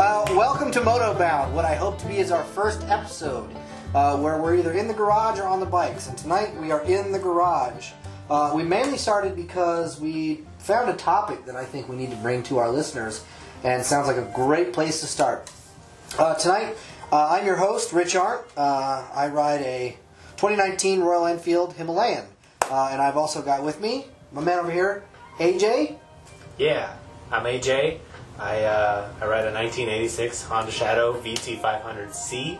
Uh, Welcome to MotoBound. What I hope to be is our first episode, uh, where we're either in the garage or on the bikes. And tonight we are in the garage. Uh, we mainly started because we found a topic that I think we need to bring to our listeners, and sounds like a great place to start. Uh, tonight, uh, I'm your host, Rich Arndt. Uh, I ride a 2019 Royal Enfield Himalayan, uh, and I've also got with me my man over here, AJ. Yeah, I'm AJ. I, uh, I ride a 1986 Honda Shadow VT500C.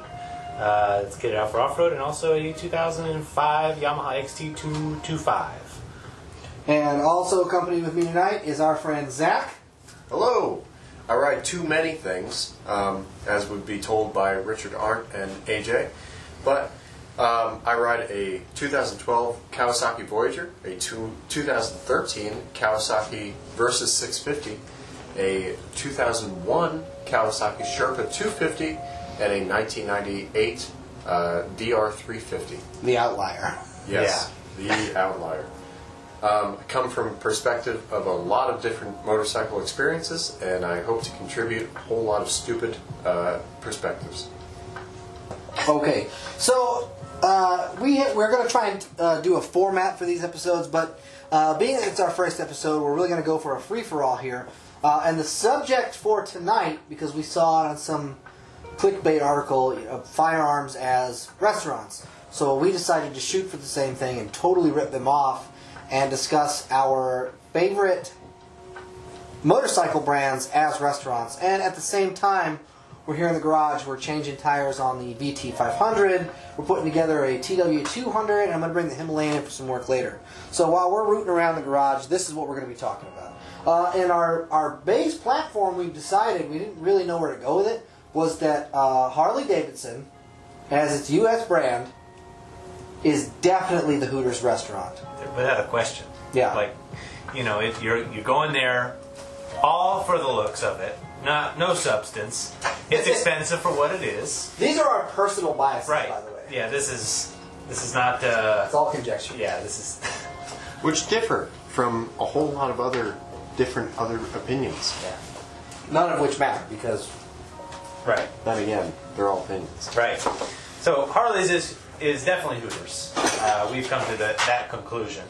Uh, it's kitted out for off road and also a 2005 Yamaha XT225. And also accompanied with me tonight is our friend Zach. Hello. I ride too many things, um, as would be told by Richard Arndt and AJ. But um, I ride a 2012 Kawasaki Voyager, a two, 2013 Kawasaki Versus 650, a 2001 Kawasaki Sherpa 250, and a 1998 uh, DR350. the outlier. Yes, the outlier. Um, I come from perspective of a lot of different motorcycle experiences, and I hope to contribute a whole lot of stupid uh, perspectives. Okay, so uh, we ha- we're gonna try and uh, do a format for these episodes, but uh, being that it's our first episode, we're really gonna go for a free for all here. Uh, and the subject for tonight, because we saw it on some clickbait article, you know, firearms as restaurants. So we decided to shoot for the same thing and totally rip them off, and discuss our favorite motorcycle brands as restaurants. And at the same time, we're here in the garage. We're changing tires on the VT500. We're putting together a TW200, and I'm going to bring the Himalayan in for some work later. So while we're rooting around the garage, this is what we're going to be talking about. Uh, and our, our base platform, we've decided, we didn't really know where to go with it, was that uh, Harley Davidson, as its U.S. brand, is definitely the Hooters restaurant. Without a question. Yeah. Like, you know, if you're you're going there all for the looks of it, not no substance. It's expensive for what it is. These are our personal biases, Right. by the way. Yeah, this is this is not uh It's all conjecture. yeah, this is Which differ from a whole lot of other different other opinions. Yeah. None of which matter because right. Then again, they're all opinions. Right. So Harley's is is definitely Hooters. Uh, we've come to the, that conclusion.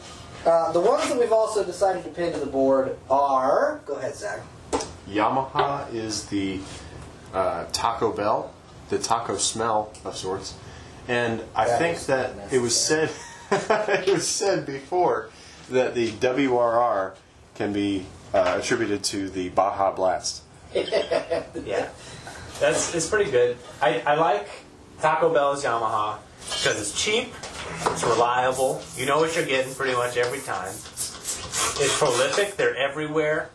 uh, the ones that we've also decided to pin to the board are. Go ahead, Zach. Yamaha is the uh, Taco Bell, the taco smell of sorts, and I That think is that it was said it was said before that the WRR can be uh, attributed to the Baja Blast. Yeah. That's it's pretty good. I, I like Taco Bell's Yamaha because it's cheap, it's reliable, you know what you're getting pretty much every time. It's prolific, they're everywhere.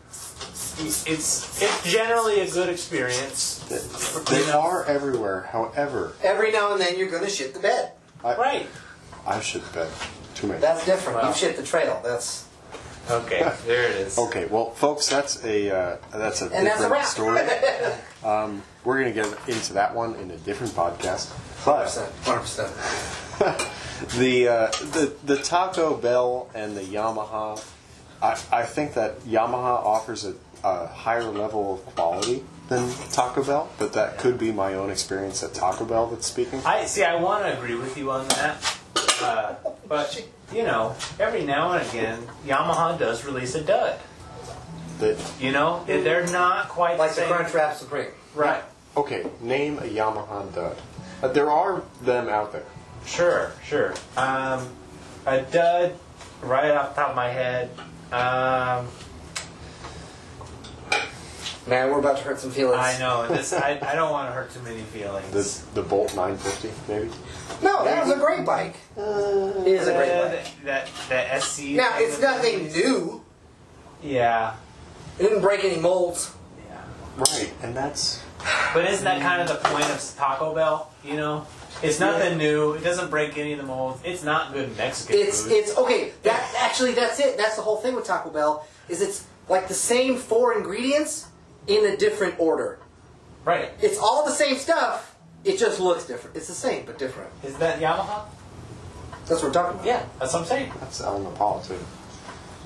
It's it's generally a good experience. They are everywhere. However, Every now and then you're gonna shit the bed. I, Right. I should bet too many. That's different. Wow. You've shit the trail. That's Okay, there it is. Okay, well, folks, that's a uh, that's a and that's a different wrap. story. We're gonna get into that one in a different podcast. But 100%. the uh, the the Taco Bell and the Yamaha, I, I think that Yamaha offers a, a higher level of quality than Taco Bell, but that could be my own experience at Taco Bell that's speaking. I see. I want to agree with you on that, uh, but you know, every now and again, Yamaha does release a dud. That You know, They- they're not quite Mm. Like the the same. Crunch Wrap Supreme. right? okay, name a Yamaha dud. Uh, there are them out there. Sure, sure. Um, a dud, right off the top of my head. Um, Man, we're about to hurt some feelings. I know this. I, I don't want to hurt too many feelings. The the Bolt 950 maybe. No, that was a great bike. it is a great bike. that, Uh, that that E SC. Now it's nothing new. Yeah, It didn't break any molds. yeah. Right, and that's But isn't that kind of Mm. the point of Taco Bell? You know, it's nothing new. It doesn't break any of the molds. It's not good Mexican It's food. it's okay. That actually that's it. That's the whole thing with Taco Bell is it's like the same four ingredients in a different order. right. It's all the same stuff. It just looks different. It's the same but different. Is that Yamaha? That's what we're talking about. Yeah, that's what I'm saying. that's Alan Nepal too. No,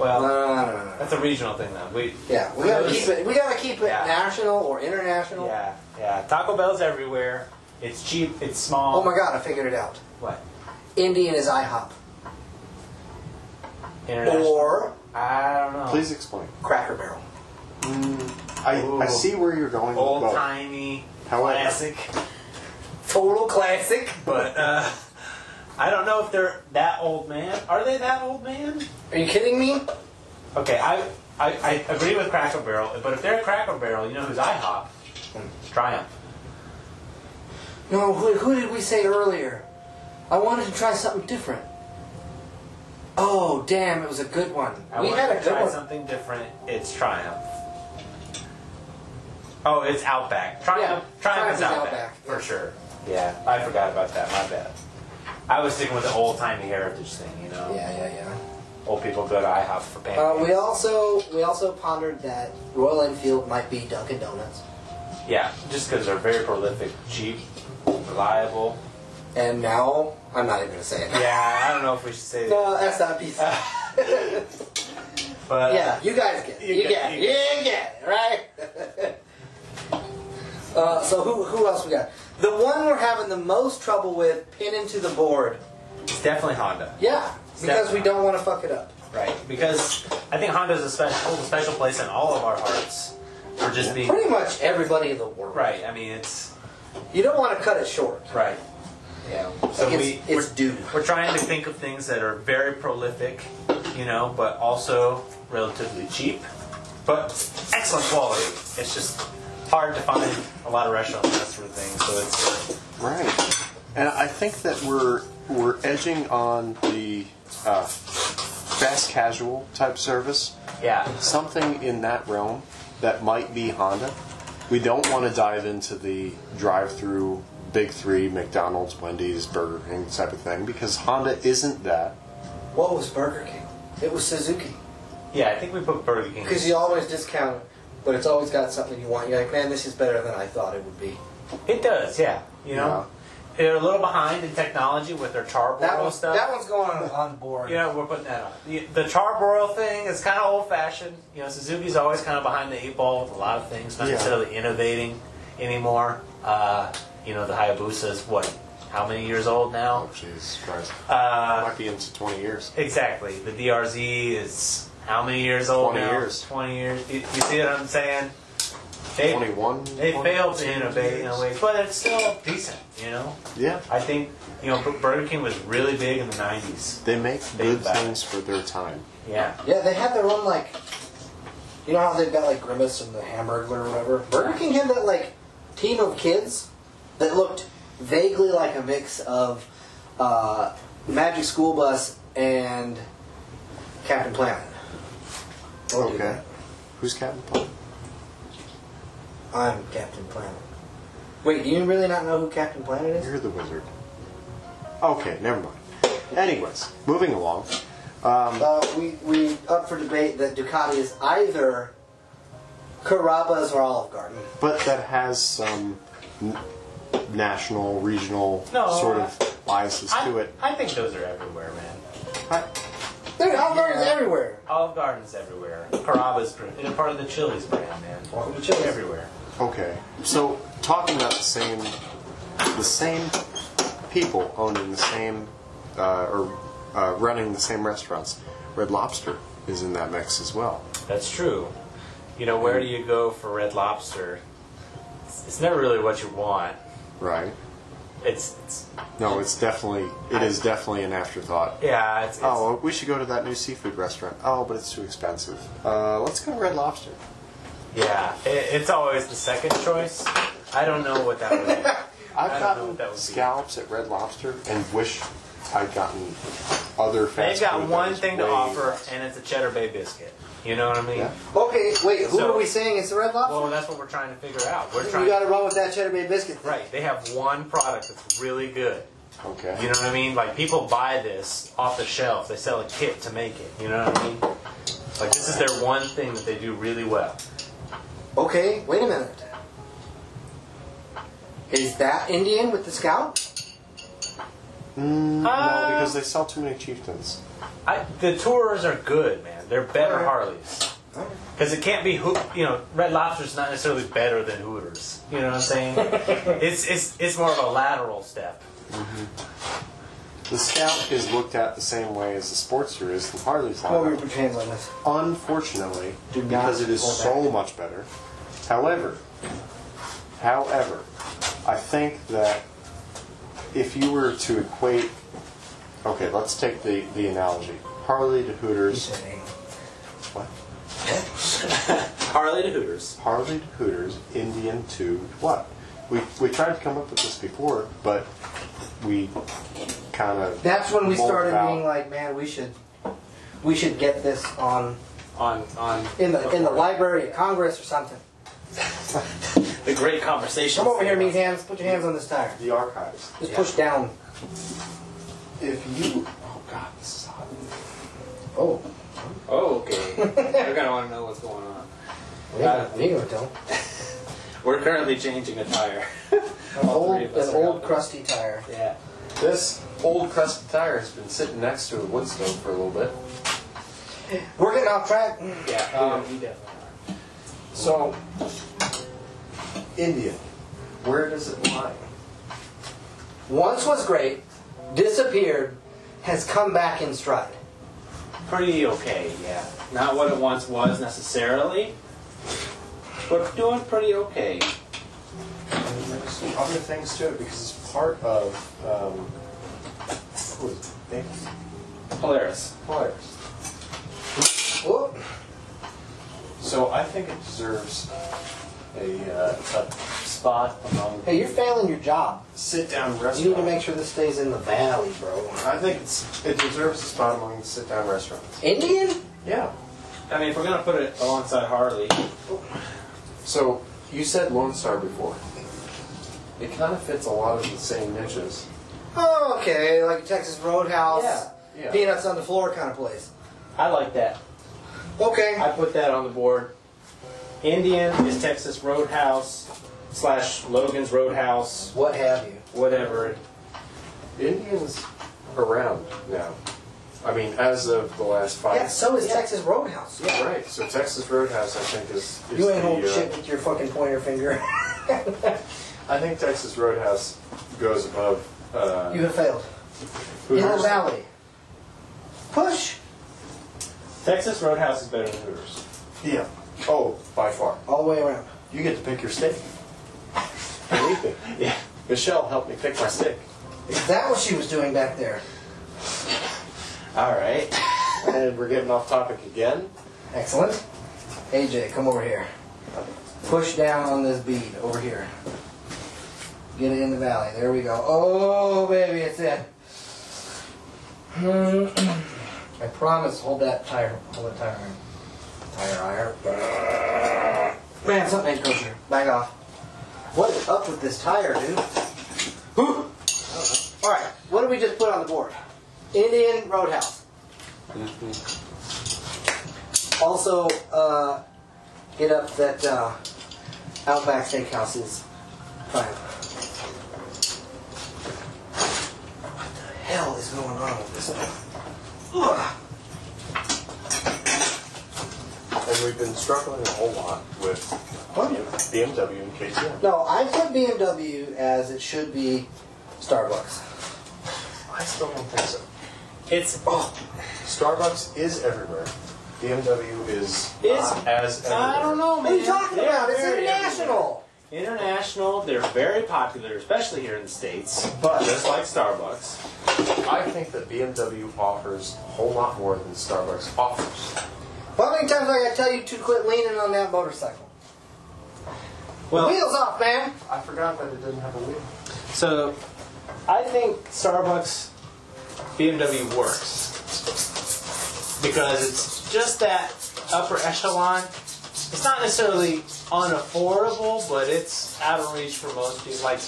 Well, no, no, no, no, no. that's a regional thing, though. We Yeah, we gotta keep it. We gotta keep it Yeah. national or international. Yeah, yeah. Taco Bell's everywhere. It's cheap. It's small. Oh my God, I figured it out. What? Indian is IHOP International. or I don't know. Please explain. Cracker Barrel. I, I Ooh. see where you're going. with Old both. timey, However- classic. Total classic. But uh, I don't know if they're that old man. Are they that old man? Are you kidding me? Okay, I I, I agree with Cracker Barrel, but if they're Cracker Barrel, you know who's IHOP? Triumph. No, who, who did we say earlier? I wanted to try something different. Oh, damn, it was a good one. I we wanted had a to good try one. something different. It's Triumph. Oh, it's Outback. Triumph. Yeah, Triumph, Triumph is is Outback, Outback, for yeah. sure. Yeah, I forgot about that. My bad. I was sticking with the old timey heritage thing, you know. Yeah, yeah, Old people go to IHOP for yeah. Uh, pancakes. we also we also pondered that Royal Enfield might be Dunkin' Donuts, yeah, just because they're very prolific, cheap, reliable. and now I'm not even gonna say it. Yeah, I don't know if we should say that. No, that's not pizza. But uh, Yeah, you guys get it. You, You get, get- it. You get it, right? uh, so who, who else we got? The one we're having the most trouble with pinning to the board. it's definitely Honda. Yeah, because we Definitely. don't want to fuck it up. Right. Because I think Honda's a special, special place in all of our hearts for just being. Pretty much everybody in the world. Right. I mean, it's You don't want to cut it short. right. Yeah. So Like, it's, we it's due. we're trying to think of things that are very prolific, you know, but also relatively cheap, but excellent quality. It's just hard to find a lot of restaurants and that sort of thing. So it's Right. And I think that we're we're edging on the uh, fast casual type service, yeah, something in that realm that might be Honda. We don't want to dive into the drive-through big three McDonald's, Wendy's, Burger King type of thing because Honda isn't that. What was Burger King? It was Suzuki. yeah. I think we put Burger King. Because you always discount it, but it's always got something you want. You're like, man, this is better than I thought it would be. It does, yeah. You know, they're a little behind in technology with their charbroil That, one's, stuff. that one's going on, on board. Yeah, we're putting that on. The, the charbroil thing is kind of old fashioned. You know, Suzuki's always kind of behind the eight ball with a lot of things, not Yeah. necessarily innovating anymore. Uh, you know, the Hayabusa is what, how many years old now? Oh, Jesus Christ. Uh, might be into 20 years. exactly. The DRZ is how many years old 20 now? years. 20 years. You, you see what I'm saying? They, 21. they failed to 22 innovate in a years. way, but it's still decent, you know? Yeah. I think, you know, Bur- Burger King was really big in the 90s. They make They good back. things for their time. Yeah. Yeah, they had their own like. You know how they've got like Grimace and the Hamburglar or whatever. Burger King had that like team of kids that looked vaguely like a mix of uh, Magic School Bus and Captain Planet. We'll do Okay. that. Who's Captain Planet? I'm Captain Planet. Wait, do you really not know who Captain Planet is? You're the wizard. Okay, never mind. Anyways, moving along. Um, Uh, we we up for debate that Ducati is either Carrabba's or Olive Garden. but that has some n- national, regional No, sort of biases I, to it. I think those are everywhere, man. I, There, Olive Garden's everywhere. Olive Garden's everywhere. Carrabba's pr- they're part of the Chili's brand, man. Welcome to Chili's. Everywhere. okay, so talking about the same, the same people owning the same uh, or uh, running the same restaurants. Red Lobster is in that mix as well. That's true. You know, where do you go for Red Lobster? It's, it's never really what you want. Right. It's, it's No, it's definitely it is definitely an afterthought. yeah, it's, it's Oh, we should go to that new seafood restaurant. Oh, but it's too expensive. Uh, let's go to Red Lobster. yeah. It, it's always the second choice. I don't know what that would be. I I've don't know gotten what that would be. scallops at Red Lobster and wish I'd gotten other fast They've got food that one was thing to way- offer, and it's a Cheddar Bay biscuit. You know what I mean? Yeah. Okay, wait, who So- are we saying it's the Red Well, Lobster? that's what we're trying to figure out. We're you trying. gotta run with that cheddar bay biscuit. thing. right. They have one product that's really good. Okay. You know what I mean? Like people buy this off the shelf. They sell a kit to make it. You know what I mean? Like this is their one thing that they do really well. Okay, wait a minute. Is that Indian with the scout? Mm, no, Uh, Mm, because they sell too many chieftains. I, the tours are good, man. They're better Harleys. Okay. Because it can't be, Ho- you know, Red Lobster's not necessarily better than Hooters. You know what I'm saying? it's, it's, it's more of a lateral step. The Scout is looked at the same way as the Sportster is. The Harley's Well, we however, were chains on this. unfortunately, Do not because it is hold so much better. However, however, I think that if you were to equate, okay, let's take the, the analogy Harley to Hooters. What? Harley to Hooters. Harley to Hooters, Indian to what? We, we tried to come up with this before, but we kind of. That's when we mulled started about- being like, man, we should, we should get this on On, on in the in the Library of Congress or something. the great conversation. Come over here, meat hands. Put your hands on this tire. The archives. Just push down. If you. Oh, God, this is hot. Oh, Oh, okay. You're gonna want to know what's going on. we ain't we ain't gonna tell. We're currently changing a tire. An All old, three of us an are old out. crusty tire. Yeah. This old crusted tire has been sitting next to a wood stove for a little bit. We're getting off track. Mm. Yeah. Um, you definitely are. So, India, where does it lie? Once was great, disappeared, has come back in stride. Pretty okay, yeah. Not what it once was necessarily, but doing pretty okay. And there's some other things to it because it's part of um, what was it? Polaris. Polaris. Whoop. So I think it deserves a, uh, a spot among Hey, you're failing your job. sit-down restaurants. You need to make sure this stays in the valley, bro. I think it's, it deserves a spot among the sit-down restaurants. Indian? Yeah. I mean, if we're gonna put it alongside Harley, So you said Lone Star before. It kind of fits a lot of the same niches. Oh, okay, like a Texas Roadhouse, Yeah, yeah. peanuts on the floor kind of place. I like that. Okay. I put that on the board. Indian is Texas Roadhouse slash Logan's Roadhouse, What have you? whatever. Indians around now. I mean, as of the last five. Yeah, so is Texas Roadhouse. Yeah. Right. So Texas Roadhouse, I think, is. is You ain't the, holding uh, shit with your fucking pointer finger. I think Texas Roadhouse goes above. Uh, you have failed. Hooters. In the valley. Push. Texas Roadhouse is better than Hooters. Yeah. Oh, by far. All the way around. You get to pick your steak. Believe me. Yeah. Michelle helped me pick my steak. Is that what she was doing back there? All right. And we're getting off topic again. Excellent. AJ, come over here. Push down on this bead over here. Get it in the valley. There we go. Oh, baby, it's in. I promise. Hold that tire. Hold that tire. iron. Tire iron. Man, something ain't kosher. Back off. What is up with this tire, dude? All right. What did we just put on the board? Indian Roadhouse. Also, uh, hit up that uh, Outback Steakhouse is fine. What the hell is going on with this thing? Ugh. And we've been struggling a whole lot with BMW and KTM. No, I put BMW as it should be Starbucks. I still don't think so. It's Oh, Starbucks is everywhere. BMW is Is- not as everywhere. I don't know, man. What are you talking They're about? It's very international. everywhere. International. They're very popular, especially here in the states. But- just like Starbucks, I think that BMW offers a whole lot more than Starbucks offers. How many times do I gotta tell you to quit leaning on that motorcycle? Well- Wheels off, man. I forgot that it didn't have a wheel. so I think Starbucks, BMW works because it's just that upper echelon. It's not necessarily unaffordable, but it's out of reach for most people. Like, you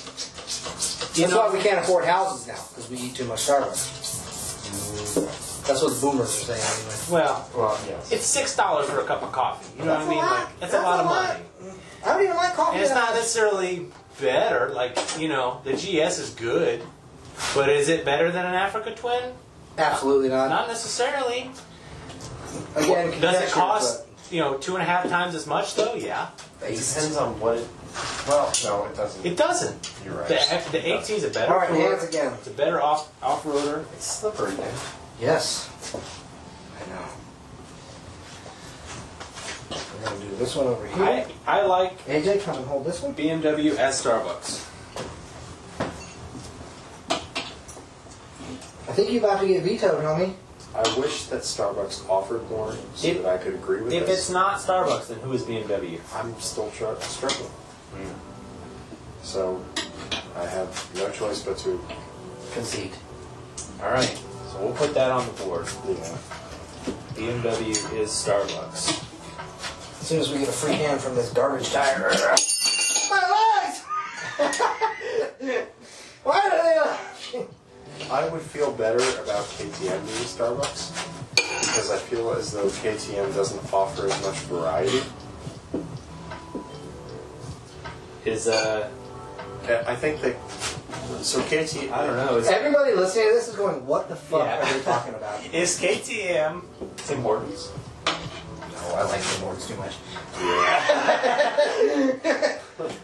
That's know, why we can't afford houses now, because we eat too much Starbucks. That's what the boomers are saying anyway. well, Well, yes. it's six dollars for a cup of coffee. You know That's what I mean? a lot. Like, that's, That's a lot a of lot. money. I don't even like coffee. And it's not necessarily better. Like, you know, the GS is good, but is it better than an Africa Twin? Absolutely not. Not necessarily. Again, Does it conjecture, cost you know two and a half times as much though? Yeah, but- It depends on what it. Well, no, it doesn't. it doesn't. You're right. The, the AT is a better. All right, off-roader. hands again. It's a better off off roader. It's slippery, man. Yes. I know. We're gonna do this one over here. I I like AJ, come and hold this one. BMW at Starbucks. I think you're about to get vetoed, homie. I wish that Starbucks offered more so If- that I could agree with If this. it's not Starbucks, then who is BMW? I'm still tr- struggling. Hmm. So I have no choice but to. Concede. All right, so we'll put that on the board. Yeah. BMW is Starbucks. As soon as we get a free hand from this garbage tire. My legs! Why do they? I would feel better about KTM being Starbucks because I feel as though KTM doesn't offer as much variety. Is uh I I think they. So KTM. I don't know. Is, Everybody listening to this is going, "What the fuck Yeah. are they talking about?" is KTM? Tim Hortons. No, Oh, I like the boards too much.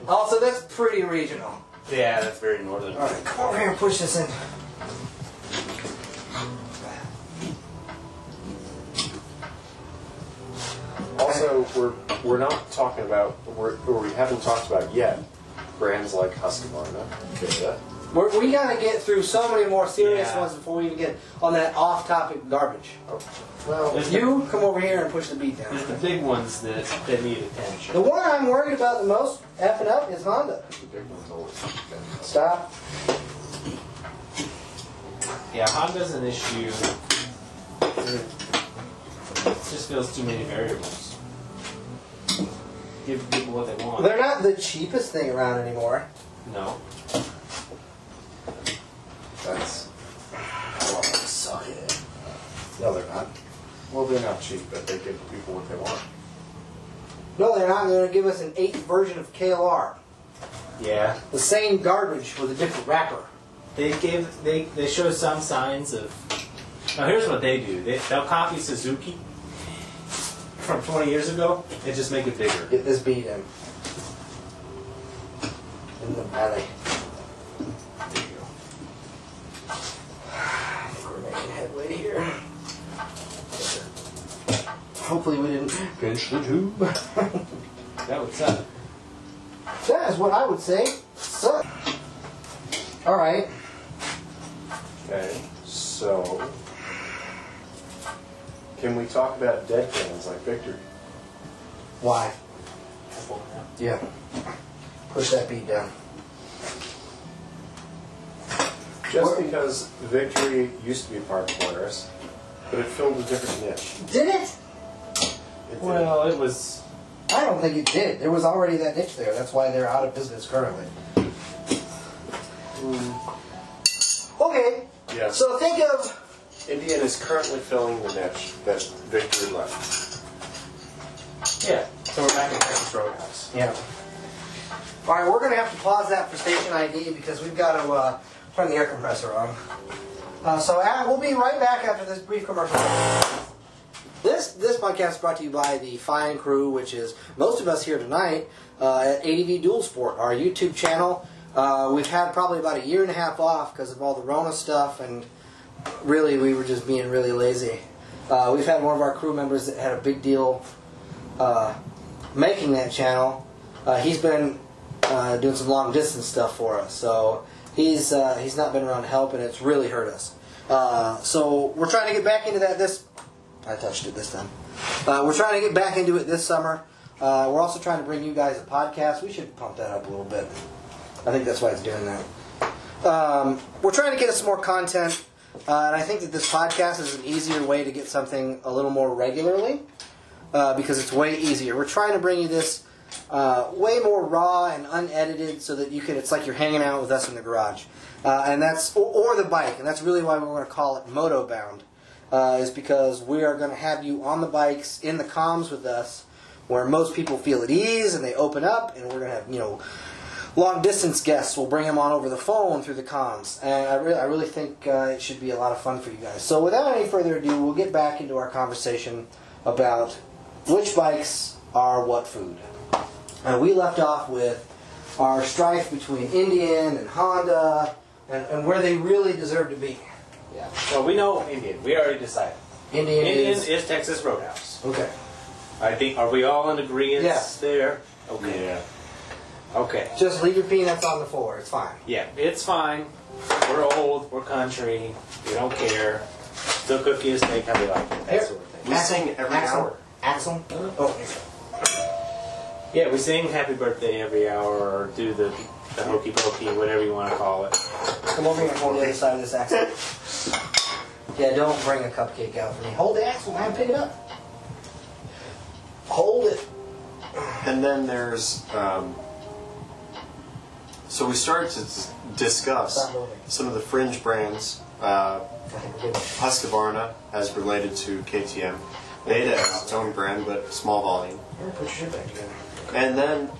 also, Oh, that's pretty regional. Yeah, that's very northern. All right, come over here and push this in. Also, we're we're not talking about we're, or we haven't talked about yet brands like Husqvarna. Kia. We're, we gotta get through so many more serious Yeah. ones before we even get on that off-topic garbage. Well, There's You come over here and push the beat the, there's down. the big ones that, that need attention. The one I'm worried about the most, effing up, is Honda. the big one's always Stop. Yeah, Honda's an issue. It just feels too many variables. Give people what they want. They're not the cheapest thing around anymore. no. That's. Oh, suck it. No, they're not. Well, they're not cheap, but they give people what they want. No, they're not. They're gonna give us an eighth version of KLR. Yeah. The same garbage with a different wrapper. They give they they show some signs of. Now here's what they do. They they'll copy Suzuki from 20 years ago and just make it bigger. Get this beat in. In the alley. There you go. I think we're making headway here. Hopefully we didn't pinch the tube. That uh, would suck. that is what I would say. Suck. All right. Okay, so. Can we talk about dead brands like Victory? Why? Yeah. Push that beat down. Just What- because Victory used to be part of Polaris, but it filled a different niche. Did it? It did. Well, it was. I don't think it did. There was already that niche there. That's why they're out of business currently. Okay. yeah. So So think of Indian is currently filling the niche that Victory left. Yeah. So we're back in Texas Roadhouse. yeah. All right, we're gonna have to pause that for station ID because we've got to uh, turn the air compressor on. Uh, so uh, we'll be right back after this brief commercial. This this podcast is brought to you by the Fine Crew, which is most of us here tonight uh, at ADV Dual Sport, our YouTube channel. Uh, we've had probably about a year and a half off because of all the Rona stuff, and really we were just being really lazy. Uh, we've had one of our crew members that had a big deal uh, making that channel. Uh, he's been uh, doing some long distance stuff for us, so he's uh, he's not been around to help, and it's really hurt us. Uh, so we're trying to get back into that this I touched it this time. Uh, we're trying to get back into it this summer. Uh, we're also trying to bring you guys a podcast. We should pump that up a little bit. I think that's why it's doing that. Um, we're trying to get us some more content, uh, and I think that this podcast is an easier way to get something a little more regularly uh, because it's way easier. We're trying to bring you this uh, way more raw and unedited so that you can, it's like you're hanging out with us in the garage. Uh, and that's, or, or the bike, and that's really why we're going to call it Moto Bound, uh, is because we are going to have you on the bikes in the comms with us where most people feel at ease and they open up, and we're going to have, you know, long distance guests. We'll bring them on over the phone through the comms, and I really, I really think uh, it should be a lot of fun for you guys. So without any further ado, we'll get back into our conversation about which bikes are what food. And we left off with our strife between Indian and Honda, and, and where they really deserve to be. Yeah. Well, we know Indian. We already decided. Indian, Indian is is Texas Roadhouse. okay. I think. Are we all in agreement Yes. there? Okay. Yeah. Okay. Just leave your peanuts on the floor. It's fine. Yeah, it's fine. We're old. We're country. We don't care. Still cook you a steak how we like it. That sort of thing. We sing every Axel, hour. Axel. Oh, here you go. Yeah, we sing Happy Birthday every hour or do the, the hokey pokey, whatever you want to call it. Come over here and hold the other side of this axle. yeah, don't bring a cupcake out for me. Hold the axle, man. Pick it up. Hold it. And then there's. Um, so we started to dis- discuss Stop moving. some of the fringe brands, uh, Husqvarna as related to KTM, Beta as its own brand but small volume, Put your shit back together. and then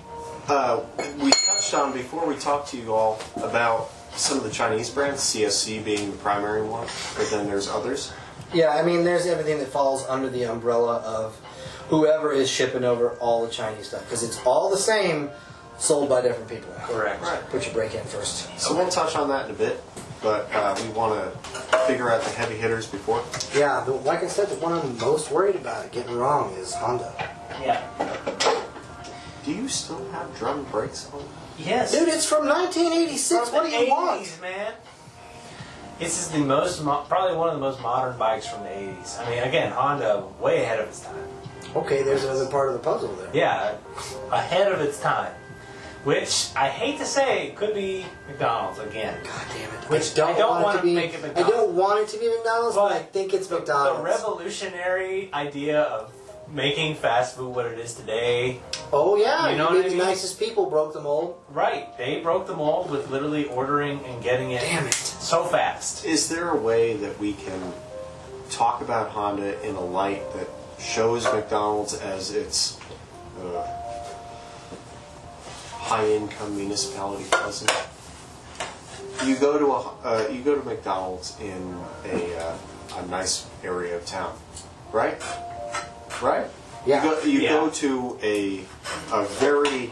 uh, we touched on before we talked to you all about some of the Chinese brands, CSC being the primary one, but then there's others. Yeah, I mean, there's everything that falls under the umbrella of whoever is shipping over all the Chinese stuff because it's all the same, sold by different people. Correct. Put your brake in first. So we'll touch on that in a bit, but uh, we want to figure out the heavy hitters before. Yeah, the, like I said, the one I'm most worried about it getting wrong is Honda. Yeah. Do you still have drum brakes on? Yes. Dude, it's from 1986. From what the do you want? 80s, man? This is the most, mo- probably one of the most modern bikes from the 80s. I mean, again, Honda way ahead of its time. Okay, there's another part of the puzzle there. Yeah, ahead of its time. Which I hate to say could be McDonald's again. God damn it. Which I don't, I want, don't it wanna to be. make it I don't want it to be McDonald's, but, But I think it's The McDonald's. revolutionary idea of making fast food what it is today. oh yeah, You you know mean what I the mean? nicest people broke the mold. Right, they broke the mold with literally ordering and getting it Damn it. so fast. Is there a way that we can talk about Honda in a light that shows McDonald's as its uh, high-income municipality cousin? You go to a uh, you go to McDonald's in a uh, a nice area of town, right? Right? Yeah. You go, you Yeah. go to a a very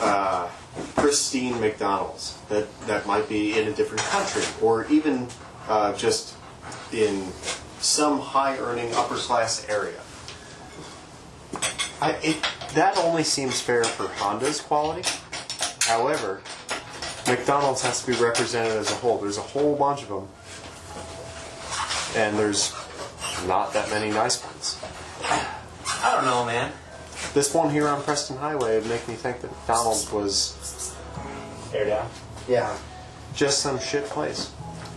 uh, pristine McDonald's that, that might be in a different country or even uh, just in some high earning upper class area. I, it, that only seems fair for Honda's quality. However, McDonald's has to be represented as a whole. There's a whole bunch of them, and there's not that many nice ones. I don't know, man. This one here on Preston Highway would make me think that McDonald's was Air down. Yeah. just some shit place.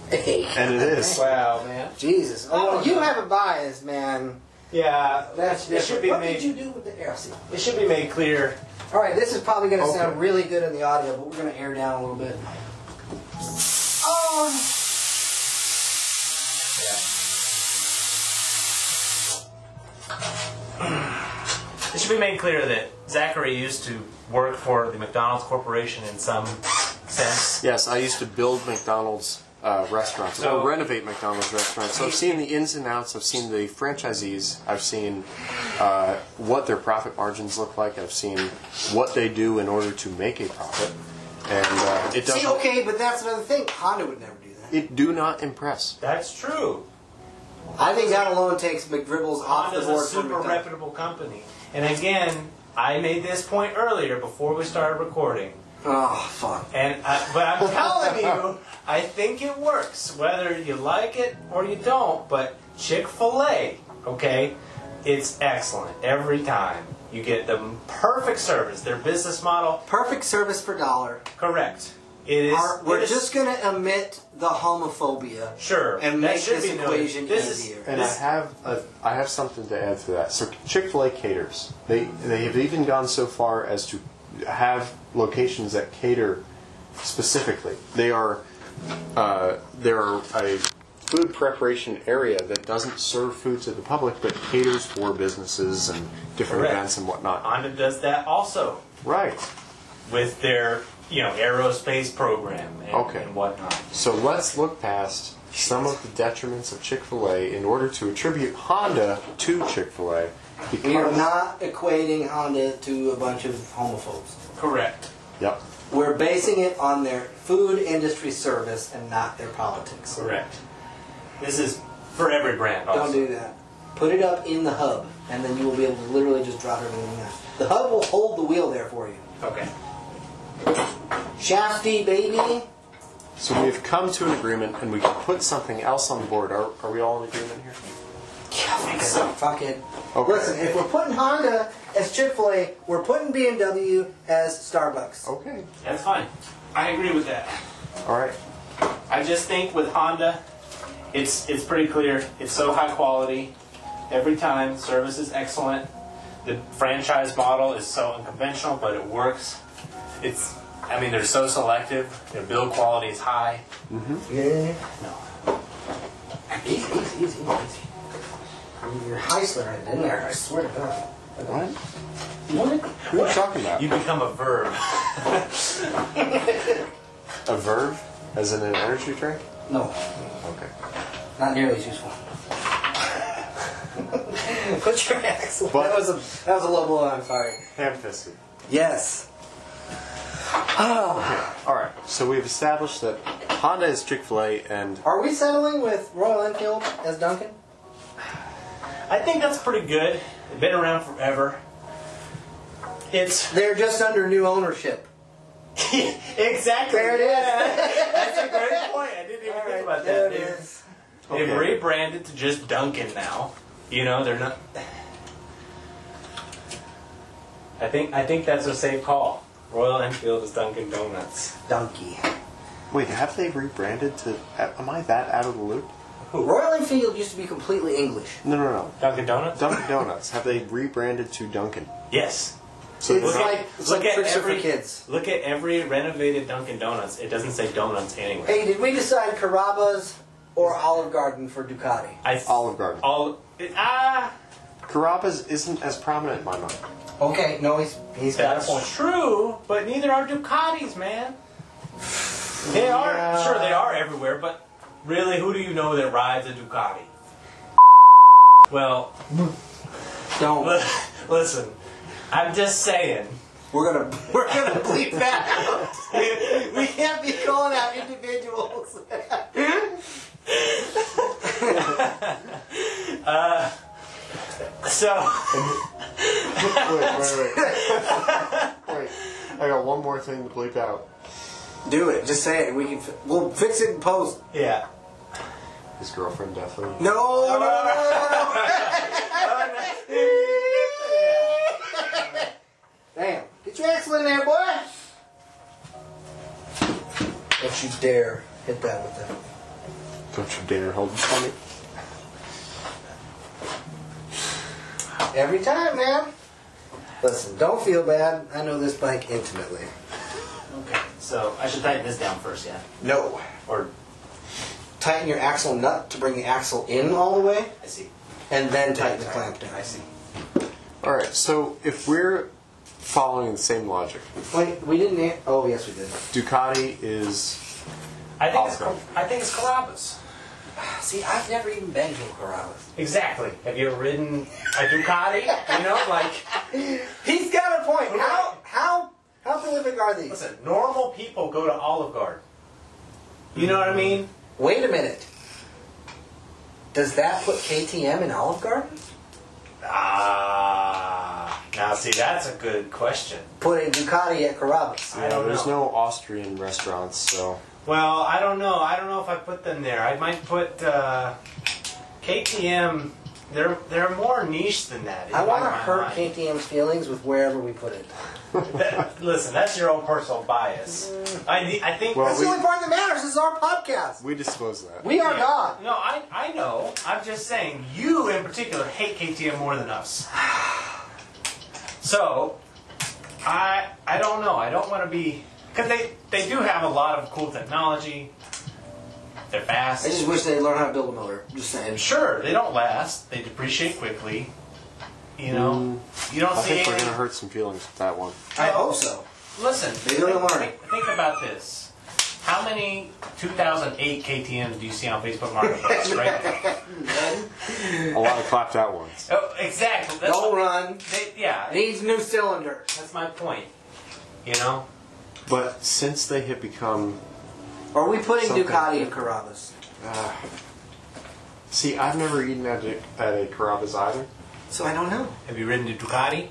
Hey. And it is. Wow, man. Jesus. Oh, you have a bias, man. Yeah, That's it should be what made. did you do with the air? See. It should be made clear. All right, this is probably going to Okay. sound really good in the audio, but we're going to air down a little bit. Oh. It should be made clear that Zachary used to work for the McDonald's Corporation in some sense. Yes, I used to build McDonald's uh, restaurants So- or renovate McDonald's restaurants. So I've seen the ins and outs. I've seen the franchisees. I've seen uh, what their profit margins look like. I've seen what they do in order to make a profit, and uh, it See, doesn't. okay, but that's another thing. Honda would never do that. It do not impress. That's true. I think that alone takes McDribbles off the Honda's a board for super McDonald's. reputable company. And again, I made this point earlier before we started recording. Oh, fuck. And I, but I'm telling you, I think it works, whether you like it or you don't. But Chick Fil A, okay, it's excellent every time. You get the perfect service. Their business model, Perfect service per dollar. correct. It is. Are- we're it is- just going to omit the homophobia. sure. and that make should this be noted. equation this easier. Is, And I this, have a, I have something to add to that. So Chick Fil A caters. They they have even gone so far as to have locations that cater specifically. They are uh, there are a food preparation area that doesn't serve food to the public, but caters for businesses and different Correct. events and whatnot. Honda does that also. Right. with their you know aerospace program and, Okay. and whatnot. So let's look past some of the detriments of Chick fil A in order to attribute Honda to Chick fil A. We are not equating Honda to a bunch of homophobes. Correct. Yep. We're basing it on their food industry service and not their politics. Correct. This is for every brand. Also. Don't do that. Put it up in the hub, and then you will be able to literally just drop everything in there. The hub will hold the wheel there for you. Okay. Shafty, baby. So we've come to an agreement and we can put something else on the board. Are, are we all in agreement here? Fuck it. Okay. Listen, if we're putting Honda as Chick Fil A, we're putting BMW as Starbucks. Okay. That's fine. I agree with that. All right. I just think with Honda, it's it's pretty clear. It's so high quality. Every time, service is excellent. The franchise model is so unconventional, but it works. It's I mean they're so selective. Their build quality is high. Yeah. No. Easy, easy, easy, easy. You're Heisler in there, I swear to God. What? Who are you talking about? You become a verb. A verve? As in an energy drink? No, Okay. not nearly as useful. Put your axle. But- that was a that was a low blow. I'm sorry. Ham fisted. Yes. All right. So we've established that Honda is Chick fil A and. Are we settling with Royal Enfield as Duncan? I think that's pretty good. They've been around forever. It's They're just under new ownership. exactly. There it is. That's a great point. I didn't even All think right, about there that. it dude. is. They've rebranded to just Duncan now. You know, they're not. I think I think that's a safe call. Royal Enfield is Dunkin' Donuts. Donkey. Wait, have they rebranded to. Am I that out of the loop? Royal Enfield used to be completely English. No, no, no. Dunkin' Donuts. Dunkin' Donuts. Have they rebranded to Dunkin'? yes. So It's they're- like it's like Look at tricks are every- for kids. Look at every renovated Dunkin' Donuts. It doesn't say donuts anywhere. Hey, did we decide Carrabba's or Olive Garden for Ducati? I Olive Garden. all it, ah. Carrabba's isn't as prominent in my mind. Okay, no, he's he's got a That's point. true, but neither are Ducatis, man. They are Yeah. sure they are everywhere, but really, who do you know that rides a Ducati? Well, Don't. listen, I'm just saying. We're gonna we're gonna bleep that out. We can't be calling out individuals. So Wait, wait, wait. wait. I got one more thing to bleep out. Do it. Just say it. We can. Fi- we'll fix it in post. yeah. His girlfriend definitely. No. no, no, no, no. Damn. Get your axle in there, boy. Don't you dare hit that with that. Don't you dare hold it for me. Every time, man. Listen, don't feel bad. I know this bike intimately. Okay. So I should tighten this down first, yeah. No. Or Tighten your axle nut to bring the axle in all the way, I see. and then tighten the clamp down. I see. Alright, so if we're following the same logic, Wait, we didn't. an- Oh, yes, we did. Ducati is. I think it's Olive it's I think it's Calabas. See, I've never even been to a Corrales. Exactly. Have you ever ridden a Ducati? you know, like He's got a point. How how how prolific are these? listen, normal people go to Olive Garden. You know what I mean? Wait a minute. Does that put KTM in Olive Garden? Ah, now see, that's a good question. Put a Ducati at Carrabba's. I don't there's know. no Austrian restaurants, so. Well, I don't know. I don't know if I put them there. I might put uh, KTM. They're they're more niche than that. in I want to my hurt mind. KTM's feelings with wherever we put it. That- listen, that's your own personal bias. I I think. Well, That's the only part that matters. This is our podcast. We dispose of that. We are God. No, I, I know. I'm just saying, you in particular hate KTM more than us. So, I I don't know. I don't want to be because they they do have a lot of cool technology. They're fast. I just wish they'd learn how to build a motor. Just saying. Sure, they don't last. They depreciate quickly. You know, you don't I see. think we're any- gonna hurt some feelings with that one. I hope so. Listen, Maybe they'll think, learn. think- think about this. How many 2008 KTM's do you see on Facebook Marketplace right now? A lot of clapped out ones. Oh, exactly. That's Don't run. they, yeah, Needs new cylinder. that's my point. You know? But since they have become, Are we putting Something. Ducati in Carrabba's? uh, see, I've never eaten at a, at a Carrabba's either. So I don't know. Have you ridden a Ducati?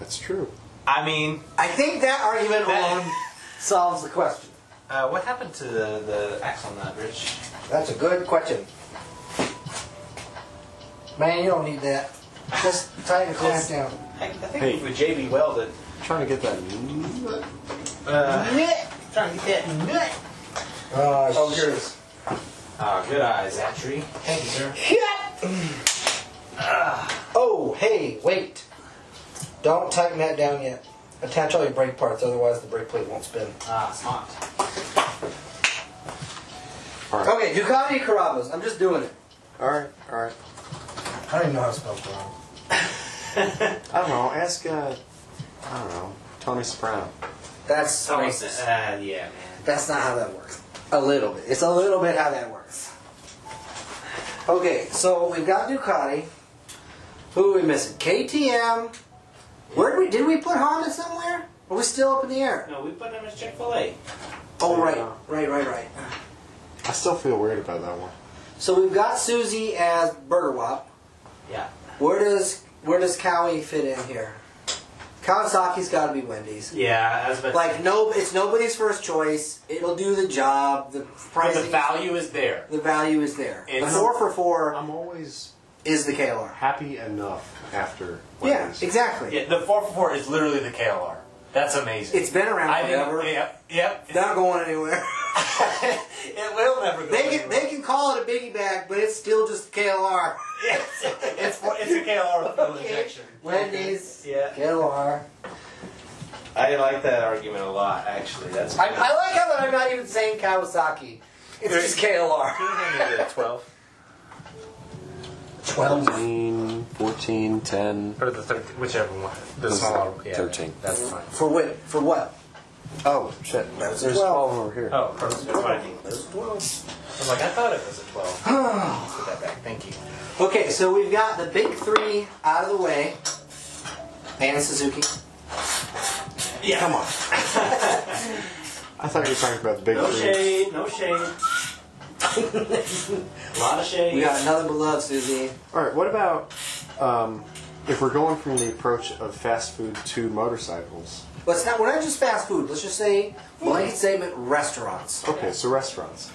That's true. I mean, I think that argument That- alone solves the question. uh, what happened to the, the axle nut, Rich? That's a good question. Man, you don't need that. Just tighten the clamp down. I, I think Hey. it was with JB Welded. trying to get that. Uh, trying to get that nut. Uh, Oh, yours. Ah, good eyes, Zachary. Thank you, sir. Oh, hey, wait. Don't tighten that down yet. Attach all your brake parts, otherwise the brake plate won't spin. Ah, smart. Okay, Ducati Carabas. I'm just doing it. All right, all right. I don't even know how to spell Carabas. I don't know. Ask, uh, I don't know, Tony Soprano. That's So, uh, racist. yeah, man. That's not how that works. A little bit. It's a little bit how that works. Okay, so we've got Ducati. Who are we missing? KTM. Where did we did we put Honda somewhere? Are we still up in the air? No, we put him as Chick Fil A. Oh right, right, right, right. I still feel weird about that one. So we've got Susie as Burger Wop. Yeah. Where does where does Cowie fit in here? Kawasaki's got to be Wendy's. Yeah, as but Like no, it's nobody's first choice. It'll do the job. The but pricing, the value is there. the value is there. The It's- four for four I'm always is the KLR. happy enough after. Yeah, Wendy's. exactly. Yeah, the four for four is literally the KLR. That's amazing. It's been around I think- forever. Yep. Yep. Not going anywhere. it will never go. they can anywhere. they can call it a biggie bag, but it's still just KLR. Yes. it's for, it's a KLR with fuel injection. Wendy's Yeah. KLR. I like that argument a lot. Actually, that's. I, I like how that I'm not even saying Kawasaki. It's just KLR. twelve 14, 14, 10, or the thirteen, whichever one. The That's smaller. fine. Yeah. 13. That's fine. For what? For what? Oh, shit. There's 12, over here. Oh, perfect. That's what I need. That's twelve. I was like, I thought it was a twelve. Let's Put that back. Thank you. Okay, so we've got the big three out of the way, and Suzuki. Yeah. Come on. I thought you were talking about the big No three. shade, no shade. a lot of shade. We got another beloved Suzuki. All right, what about um, if we're going from the approach of fast food to motorcycles? Let's not. We're not just fast food. Let's just say blanket statement restaurants. Okay, so restaurants.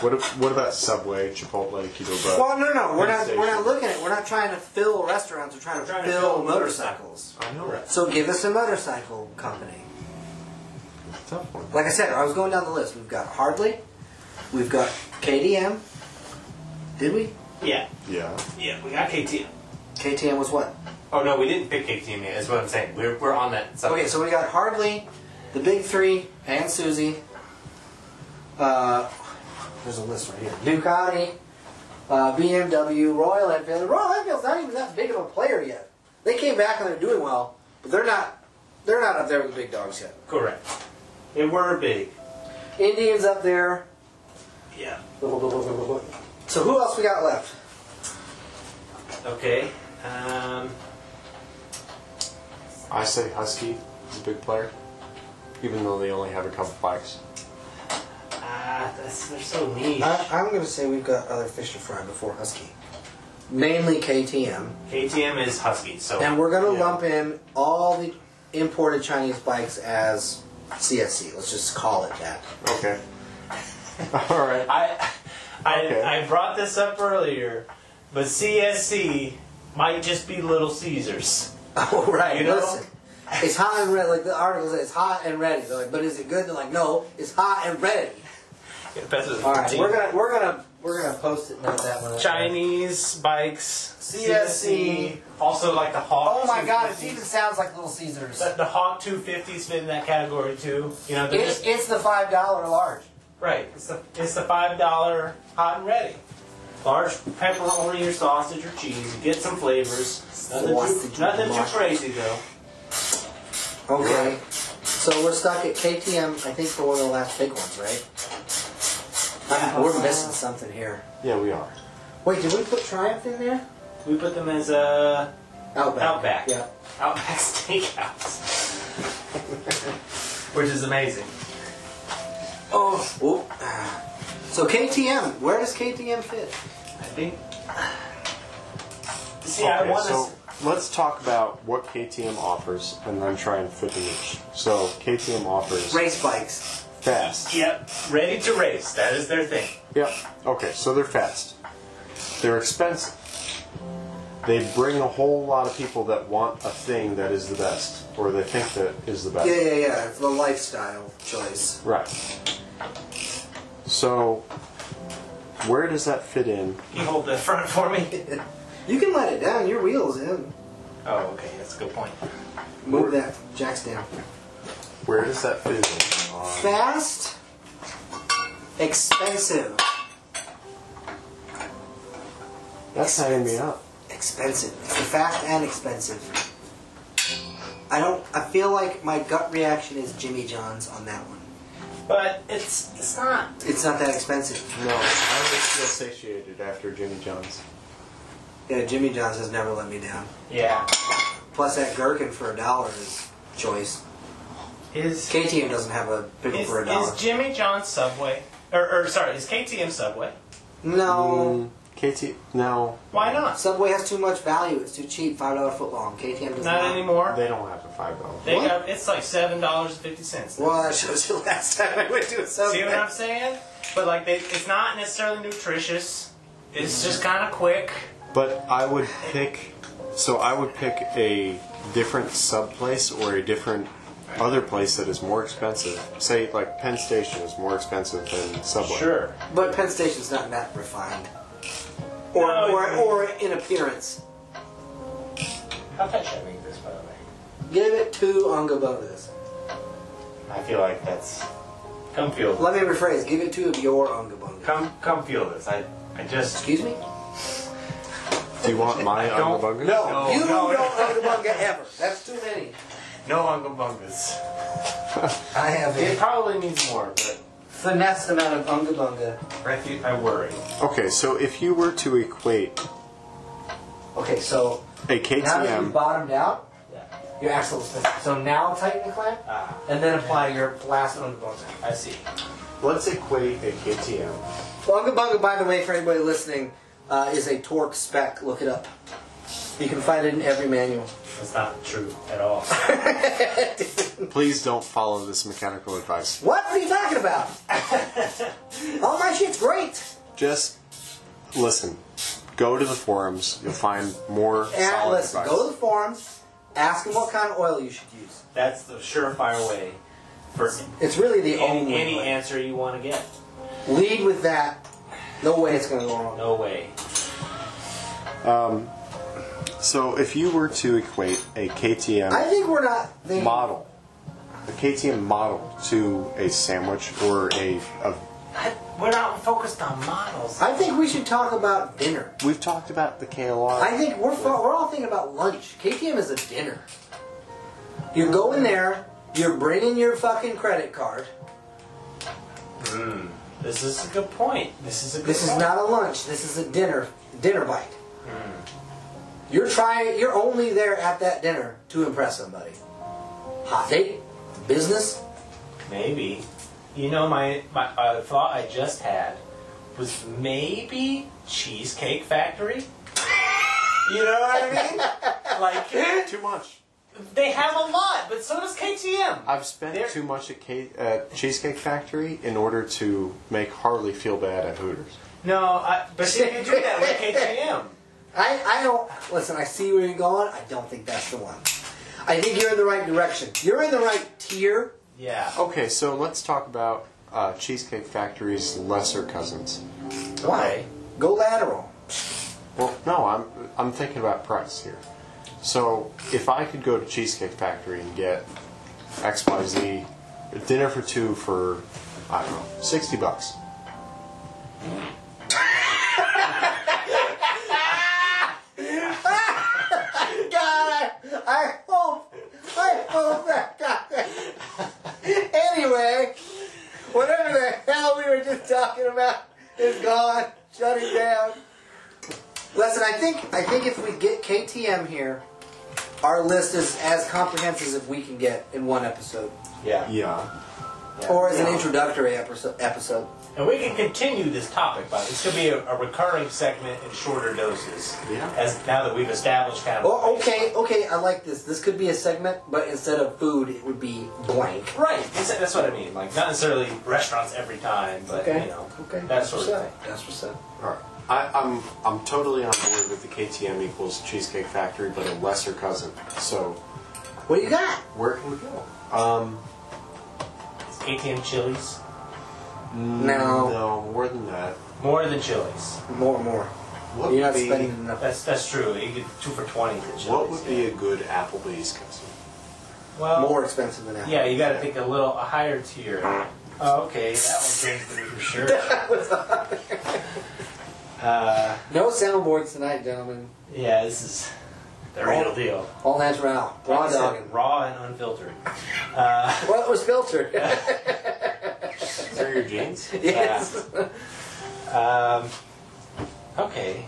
What, ab- what about Subway, Chipotle, Keto Bud? Well, no, no, we're not. Station. We're not looking at. We're not trying to fill restaurants. We're trying to, Trying to fill, fill motorcycles. I know right. So give us a motorcycle company. Tough one. Like I said, I was going down the list. We've got Hardley. We've got KDM. Did we? Yeah, Yeah. yeah, we got KTM. KTM was what? Oh no, we didn't pick KTM yet. Is what I'm saying. We're, we're on that. So. Okay, so we got Hardley, the Big Three, and Susie. Uh, there's a list right here. Ducati, uh, BMW, Royal Enfield. Royal Enfield's not even that big of a player yet. They came back and they're doing well, but they're not. They're not up there with the big dogs yet. correct. They were big. Indians up there. Yeah. So who else we got left? Okay. Um, I say Husky is a big player, even though they only have a couple bikes. ah, that's, they're so niche. I'm going to say we've got other fish to fry before Husky. Mainly KTM. KTM is Husky, so And we're going to Yeah. lump in all the imported Chinese bikes as CSC. Let's just call it that. Okay. All right. I, I, Okay. I brought this up earlier, but CSC might just be Little Caesars. Oh, right. You know? Listen, it's hot and ready. Like the article says, it's hot and ready. They're like, but is it good? They're like, no, it's hot and ready. Yeah, that's what- All right, we're gonna we're gonna we're gonna post it note that one. up. Chinese bikes, CSC. also like the Hawk. Oh my God! It 250s. even sounds like Little Caesars. The, the Hawk 250s fit in that category too. You know, they're It's, just it's the five dollar large. right. It's the it's the five dollar hot and ready, large pepperoni or sausage or cheese. You get some flavors. Nothing, Sausage too, nothing too mush. crazy though. Okay. So we're stuck at KTM, I think, for one of the last big ones, right? Oh, I'm- we're missing something here. Yeah, we are. Wait, did we put Triumph in there? We put them as uh, Outback. Outback. Yeah. Outback Steakhouse, which is amazing. Oh. whoop. So KTM, where does KTM fit? I think. See, I Okay, want so to. let's talk about what KTM offers and then try and fit the niche. So KTM offers Race bikes. fast. Yep, ready to race. That is their thing. Yep. Okay, so they're fast. They're expensive. They bring a whole lot of people that want a thing that is the best, or they think that is the best. Yeah, yeah, yeah. It's the lifestyle choice. Right. So, where does that fit in? You hold the front for me. You can let it down. Your wheels in. Oh, okay, that's a good point. Move that jacks down. Where does that fit in? on- Fast. Expensive. That's hanging me up. Expensive. It's the fast and expensive. I don't. I feel like my gut reaction is Jimmy John's on that one. But it's it's not. It's not that expensive. No, I always feel satiated after Jimmy John's. Yeah, Jimmy John's has never let me down. Yeah. Plus that gherkin for a dollar is choice. Is KTM doesn't have a pickle is, for a is dollar. Jimmy John's Subway? Or, or sorry, is KTM Subway? no. Mm, KT, no, Why not? Subway has too much value. It's too cheap. Five dollar foot long. KTM doesn't. Not anymore. they don't have a five oh. dollar. They What? got it's like seven dollars and fifty cents. Well, that shows you last time I went to a Subway. See what I'm saying? But like, they, it's not necessarily nutritious. It's just kind of quick. But I would pick, so I would pick a different sub place or a different other place that is more expensive. Say like Penn Station is more expensive than Subway. But Penn Station's not that refined. Or, No, or, it- or in appearance. How fat should I make this, by the way? Give it two Ungabotas. I feel like that's. Come feel. Let me rephrase. Give it two of your Ungabongas. Come, come feel this. I, I just. Excuse me? Do you want my Don't- Ungabunga? Oh, No, you no, don't no. Ungabunga ever. That's too many. No Uncle Bungas. I have It probably needs more, but finesse amount of Ungabunga. Refu- I worry. Okay, so if you were to equate Okay, so a now that you KTM, bottomed out, Yeah. your axle is thin. So now tighten the clamp Ah, and then apply your last Ungabunga. I see. let's equate a KTM. Bunga Bunga, by the way, for anybody listening, uh, is a torque spec. Look it up. You can find it in every manual. That's not true at all. Please don't follow this mechanical advice. What? What are you talking about? All my shit's great. Just listen. Go to the forums. You'll find more And solid listen, advice. go to the forums, ask them what kind of oil you should use. That's the surefire way for It's really the any, only any way. answer you want to get. Lead with that. No way it's going to go wrong. No way. so if you were to equate a KTM I think we're not thinking. model, a KTM model to a sandwich or a. a I, we're not focused on models. I think we should talk about dinner. we've talked about the KLR. I think we're fa- we're all thinking about lunch. KTM is a dinner. You go in there, you're bringing your fucking credit card. This is a good point. This is a good This is point. not a lunch. This is a dinner dinner bite. You're trying. You're only there at that dinner to impress somebody. Hot date, business. Maybe. You know, my, my uh, thought I just had was maybe Cheesecake Factory? You know what I mean? Like, too much. they have a lot, but so does KTM. I've spent There- too much at K- at Cheesecake Factory in order to make Harley feel bad at Hooters. No, I, but you can do that with KTM. I I don't listen. I see where you're going. I don't think that's the one. I think you're in the right direction. You're in the right tier. Yeah. Okay, so let's talk about uh, Cheesecake Factory's lesser cousins. Why? Go lateral. Well, no, I'm I'm thinking about price here. So if I could go to Cheesecake Factory and get X Y Z dinner for two for I don't know sixty bucks. God, I, I hope. I hope that guy. on. Shut it down. Listen, I think I think if we get KTM here, our list is as comprehensive as we can get in one episode, Yeah. Yeah. or as an introductory episode. Episode. And we can continue this topic, but it should be a, a recurring segment in shorter doses. Yeah. As now that we've established kind of. Oh, okay, okay. I like this. This could be a segment, but instead of food, it would be blank. Right. It's, that's what I mean. Like not necessarily restaurants every time, but you know that sort of thing. That's what's up. All right. I, I'm I'm totally on board with the KTM equals Cheesecake Factory, but a lesser cousin. So What do you got? where can we go? ATM chilies. No, No, more than that. More than chilies. more, more. What You're not would be, spending enough. That's that's true. You get two for twenty. at Chili's, What would be yeah. a good Applebee's cousin? well, More expensive than that. Oh. Yeah, you got to pick a little a higher tier. Oh, okay, that one brings the for sure. uh, No soundboards tonight, gentlemen. yeah, this is the real deal. All natural, raw Like I said, dogging. raw and unfiltered. Uh, Well, it was filtered. Is there your jeans? yes. Um, okay.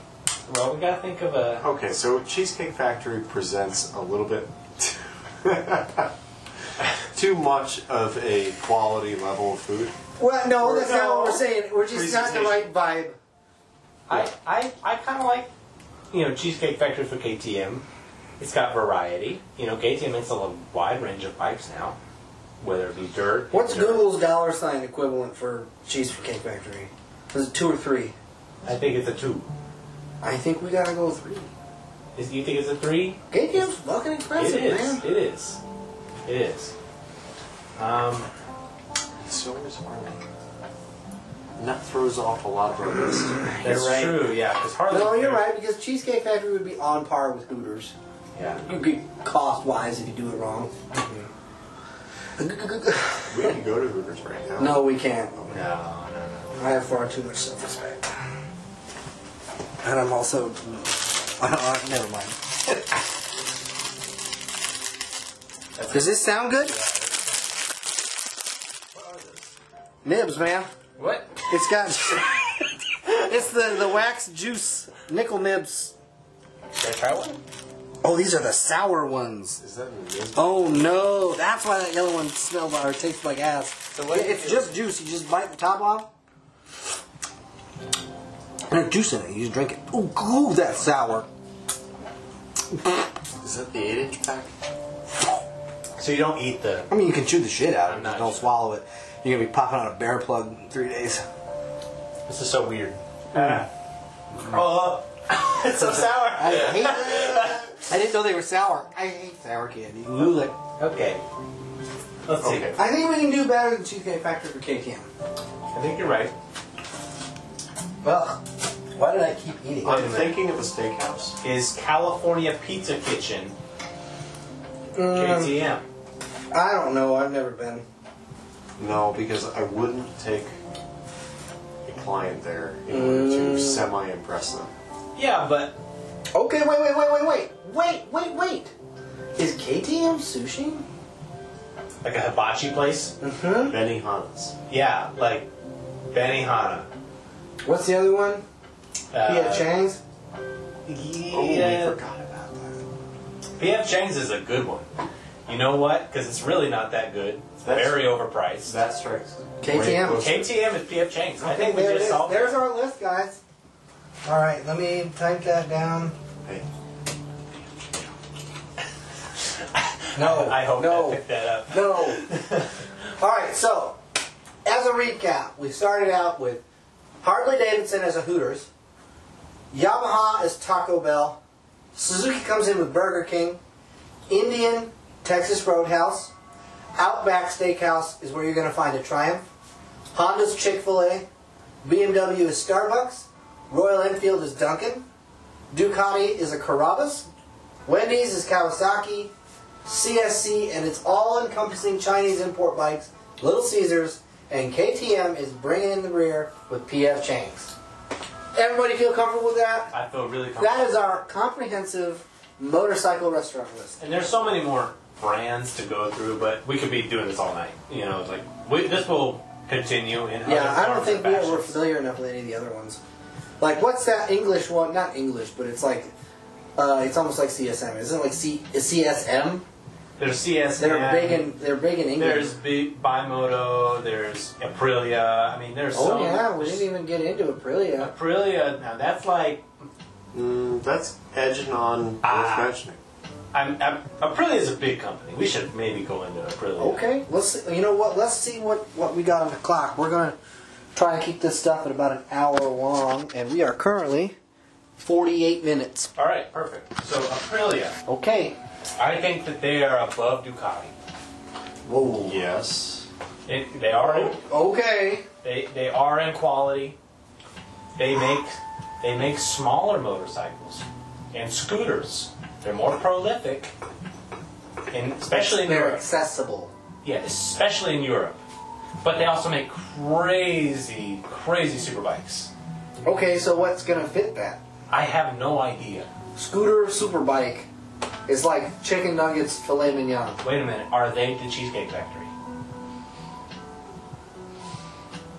Well, we gotta think of a. Okay, so Cheesecake Factory presents a little bit too much of a quality level of food. Well, no, that's not what we're No. saying. We're just not the right vibe. I I, I kind of like, you know, Cheesecake Factory for KTM. It's got variety. You know, KTM makes a wide range of pipes now, whether it be dirt. What's dirt. Google's dollar sign equivalent for Cheesecake Factory? Was it two or three? I think it's a two. I think we gotta go with three. Is, you think it's a three? KTM's fucking It expensive, is. man. It is. It is. Um, So is Harley. And that throws off a lot of our list. that's right. true. Yeah, because Harley. No, you're right because Cheesecake Factory would be on par with Hooters. Yeah. You get cost wise if you do it wrong. We can go to Hooters right now. No, we can't. No, no, no. I have far too much self respect. And I'm also. Uh, never mind. Does this sound good? Nibs, man. What? It's got. it's the, the wax juice nickel nibs. Should I try one? Oh, these are the sour ones. Is that in the Oh no, that's why that yellow one smells or tastes like ass. what it's is- just juice. You just bite the top off. There's juice in it. You just drink it. Ooh, ooh, that's sour. Is that the 8 inch pack? So you don't eat the. I mean, you can chew the shit out of it. I'm Just not don't sure. swallow it. You're gonna be popping out a bear plug in three days. This is so weird. Oh, it's so Uh. I sour. hate that. I didn't know they were sour. I hate sour candy. Lose it. Okay. Let's see. Okay. I think we can do better than Cheesecake Factory for KTM. I think you're right. Well, why did I keep eating? I'm thinking of a steakhouse. Is California Pizza Kitchen KTM? I don't know. I've never been. No, because I wouldn't take a client there in order to semi impress them. Yeah, but Okay, wait, wait, wait, wait, wait, wait, wait, wait. Is KTM sushi? like a hibachi place. Mm-hmm. Benny Hannes. Yeah, like Benihana. What's the other one? Uh, yeah, Chang's. Oh, we Yeah. forgot about that. PF Chang's is a good one. You know what? Because it's really not that good. It's That's- very overpriced. That strikes. KTM. KTM is PF Chang's. I think we there it just is. solved There's our list, guys. All right, let me type that down. Hey, No, I hope no, I picked that up. no. All right, so as a recap, we started out with Harley Davidson as a Hooters, Yamaha as Taco Bell, Suzuki comes in with Burger King, Indian Texas Roadhouse, Outback Steakhouse is where you're going to find a Triumph, Honda's Chick Fil A, BMW is Starbucks, Royal Enfield is Duncan, Ducati is a Carrabba's, Wendy's is Kawasaki, CSC and its all-encompassing Chinese import bikes, Little Caesars, and KTM is bringing in the rear with PF Chang's. Everybody feel comfortable with that? I feel really comfortable. That is our comprehensive motorcycle restaurant list. And there's so many more brands to go through, but we could be doing this all night. You know, it's like we, this will continue in Yeah, other I don't forms think or we fashions. were familiar enough with any of the other ones. Like, what's that English one? Not English, but it's like, uh, it's almost like CSM. Isn't it like C- CSM? There's CSM. They're big in they're big in England. There's B- Bimoto. There's Aprilia. I mean, there's oh so yeah, we much- didn't even get into Aprilia. Aprilia. Now that's like Mm, that's edging on Ah. worth mentioning. I'm, i Aprilia is a big company. We should maybe go into Aprilia. Okay. Let's see, you know what? Let's see what what we got on the clock. We're gonna try and keep this stuff at about an hour long, and we are currently forty-eight minutes. All right. Perfect. So Aprilia. Okay. I think that they are above Ducati. Whoa. Yes. It, they are. Oh. In, Okay. They they are in quality. They make they make smaller motorcycles and scooters. They're more prolific, and especially in They're Europe. accessible. Yeah, especially in Europe. But they also make crazy, crazy superbikes. Okay, so what's gonna fit that? I have no idea. Scooter or superbike is like chicken nuggets, filet mignon. Wait a minute, are they the Cheesecake Factory?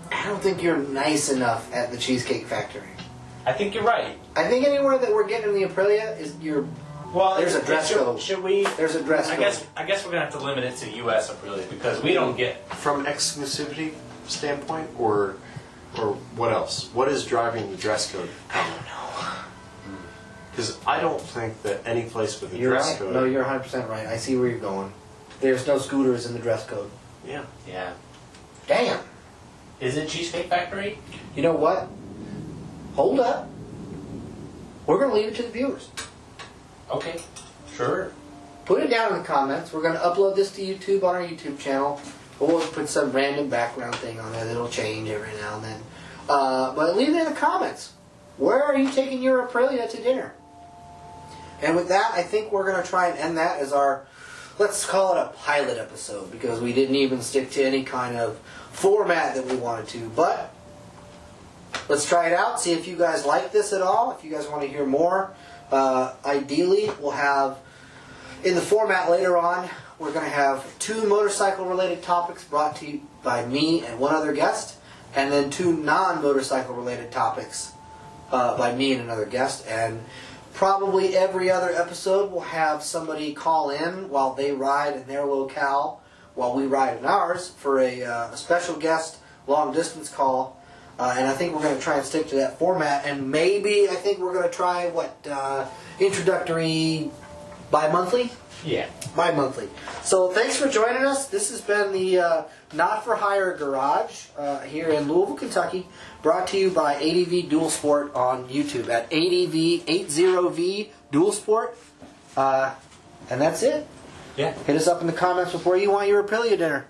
I don't think you're nice enough at the Cheesecake Factory. I think you're right. I think anywhere that we're getting in the Aprilia is you're Well, There's a should- dress code. Should we? there's a dress I code. guess I guess we're gonna have to limit it to U.S. Aprilia because we don't get From exclusivity standpoint, or or what else? What is driving the dress code? I don't know. Because I don't think that any place with a You're dress right. code. No, you're 100 percent right. I see where you're going. There's no scooters in the dress code. yeah. yeah. Damn. Is it Cheesecake Factory? You know what? Hold up. We're gonna leave it to the viewers. Okay, sure. Put it down in the comments. We're gonna upload this to YouTube on our YouTube channel. But we'll put some random background thing on there that'll change every now and then. Uh, but leave it in the comments. Where are you taking your Aprilia to dinner? And with that, I think we're gonna try and end that as our let's call it a pilot episode because we didn't even stick to any kind of format that we wanted to. But let's try it out. See if you guys like this at all. If you guys want to hear more, uh, ideally we'll have in the format later on. We're going to have two motorcycle-related topics brought to you by me and one other guest, and then two non-motorcycle-related topics uh, by me and another guest. And probably every other episode, we'll have somebody call in while they ride in their locale, while we ride in ours, for a, uh, a special guest long distance call. Uh, and I think we're going to try and stick to that format. And maybe I think we're going to try what uh, introductory bi monthly? Yeah. bi monthly. So thanks for joining us. This has been the uh, Not for Hire Garage uh, here in Louisville, Kentucky, brought to you by ADV Dual Sport on YouTube at ADV80V Dual Sport. Uh, and that's it. Yeah. Hit us up in the comments before you want your Aprilia dinner.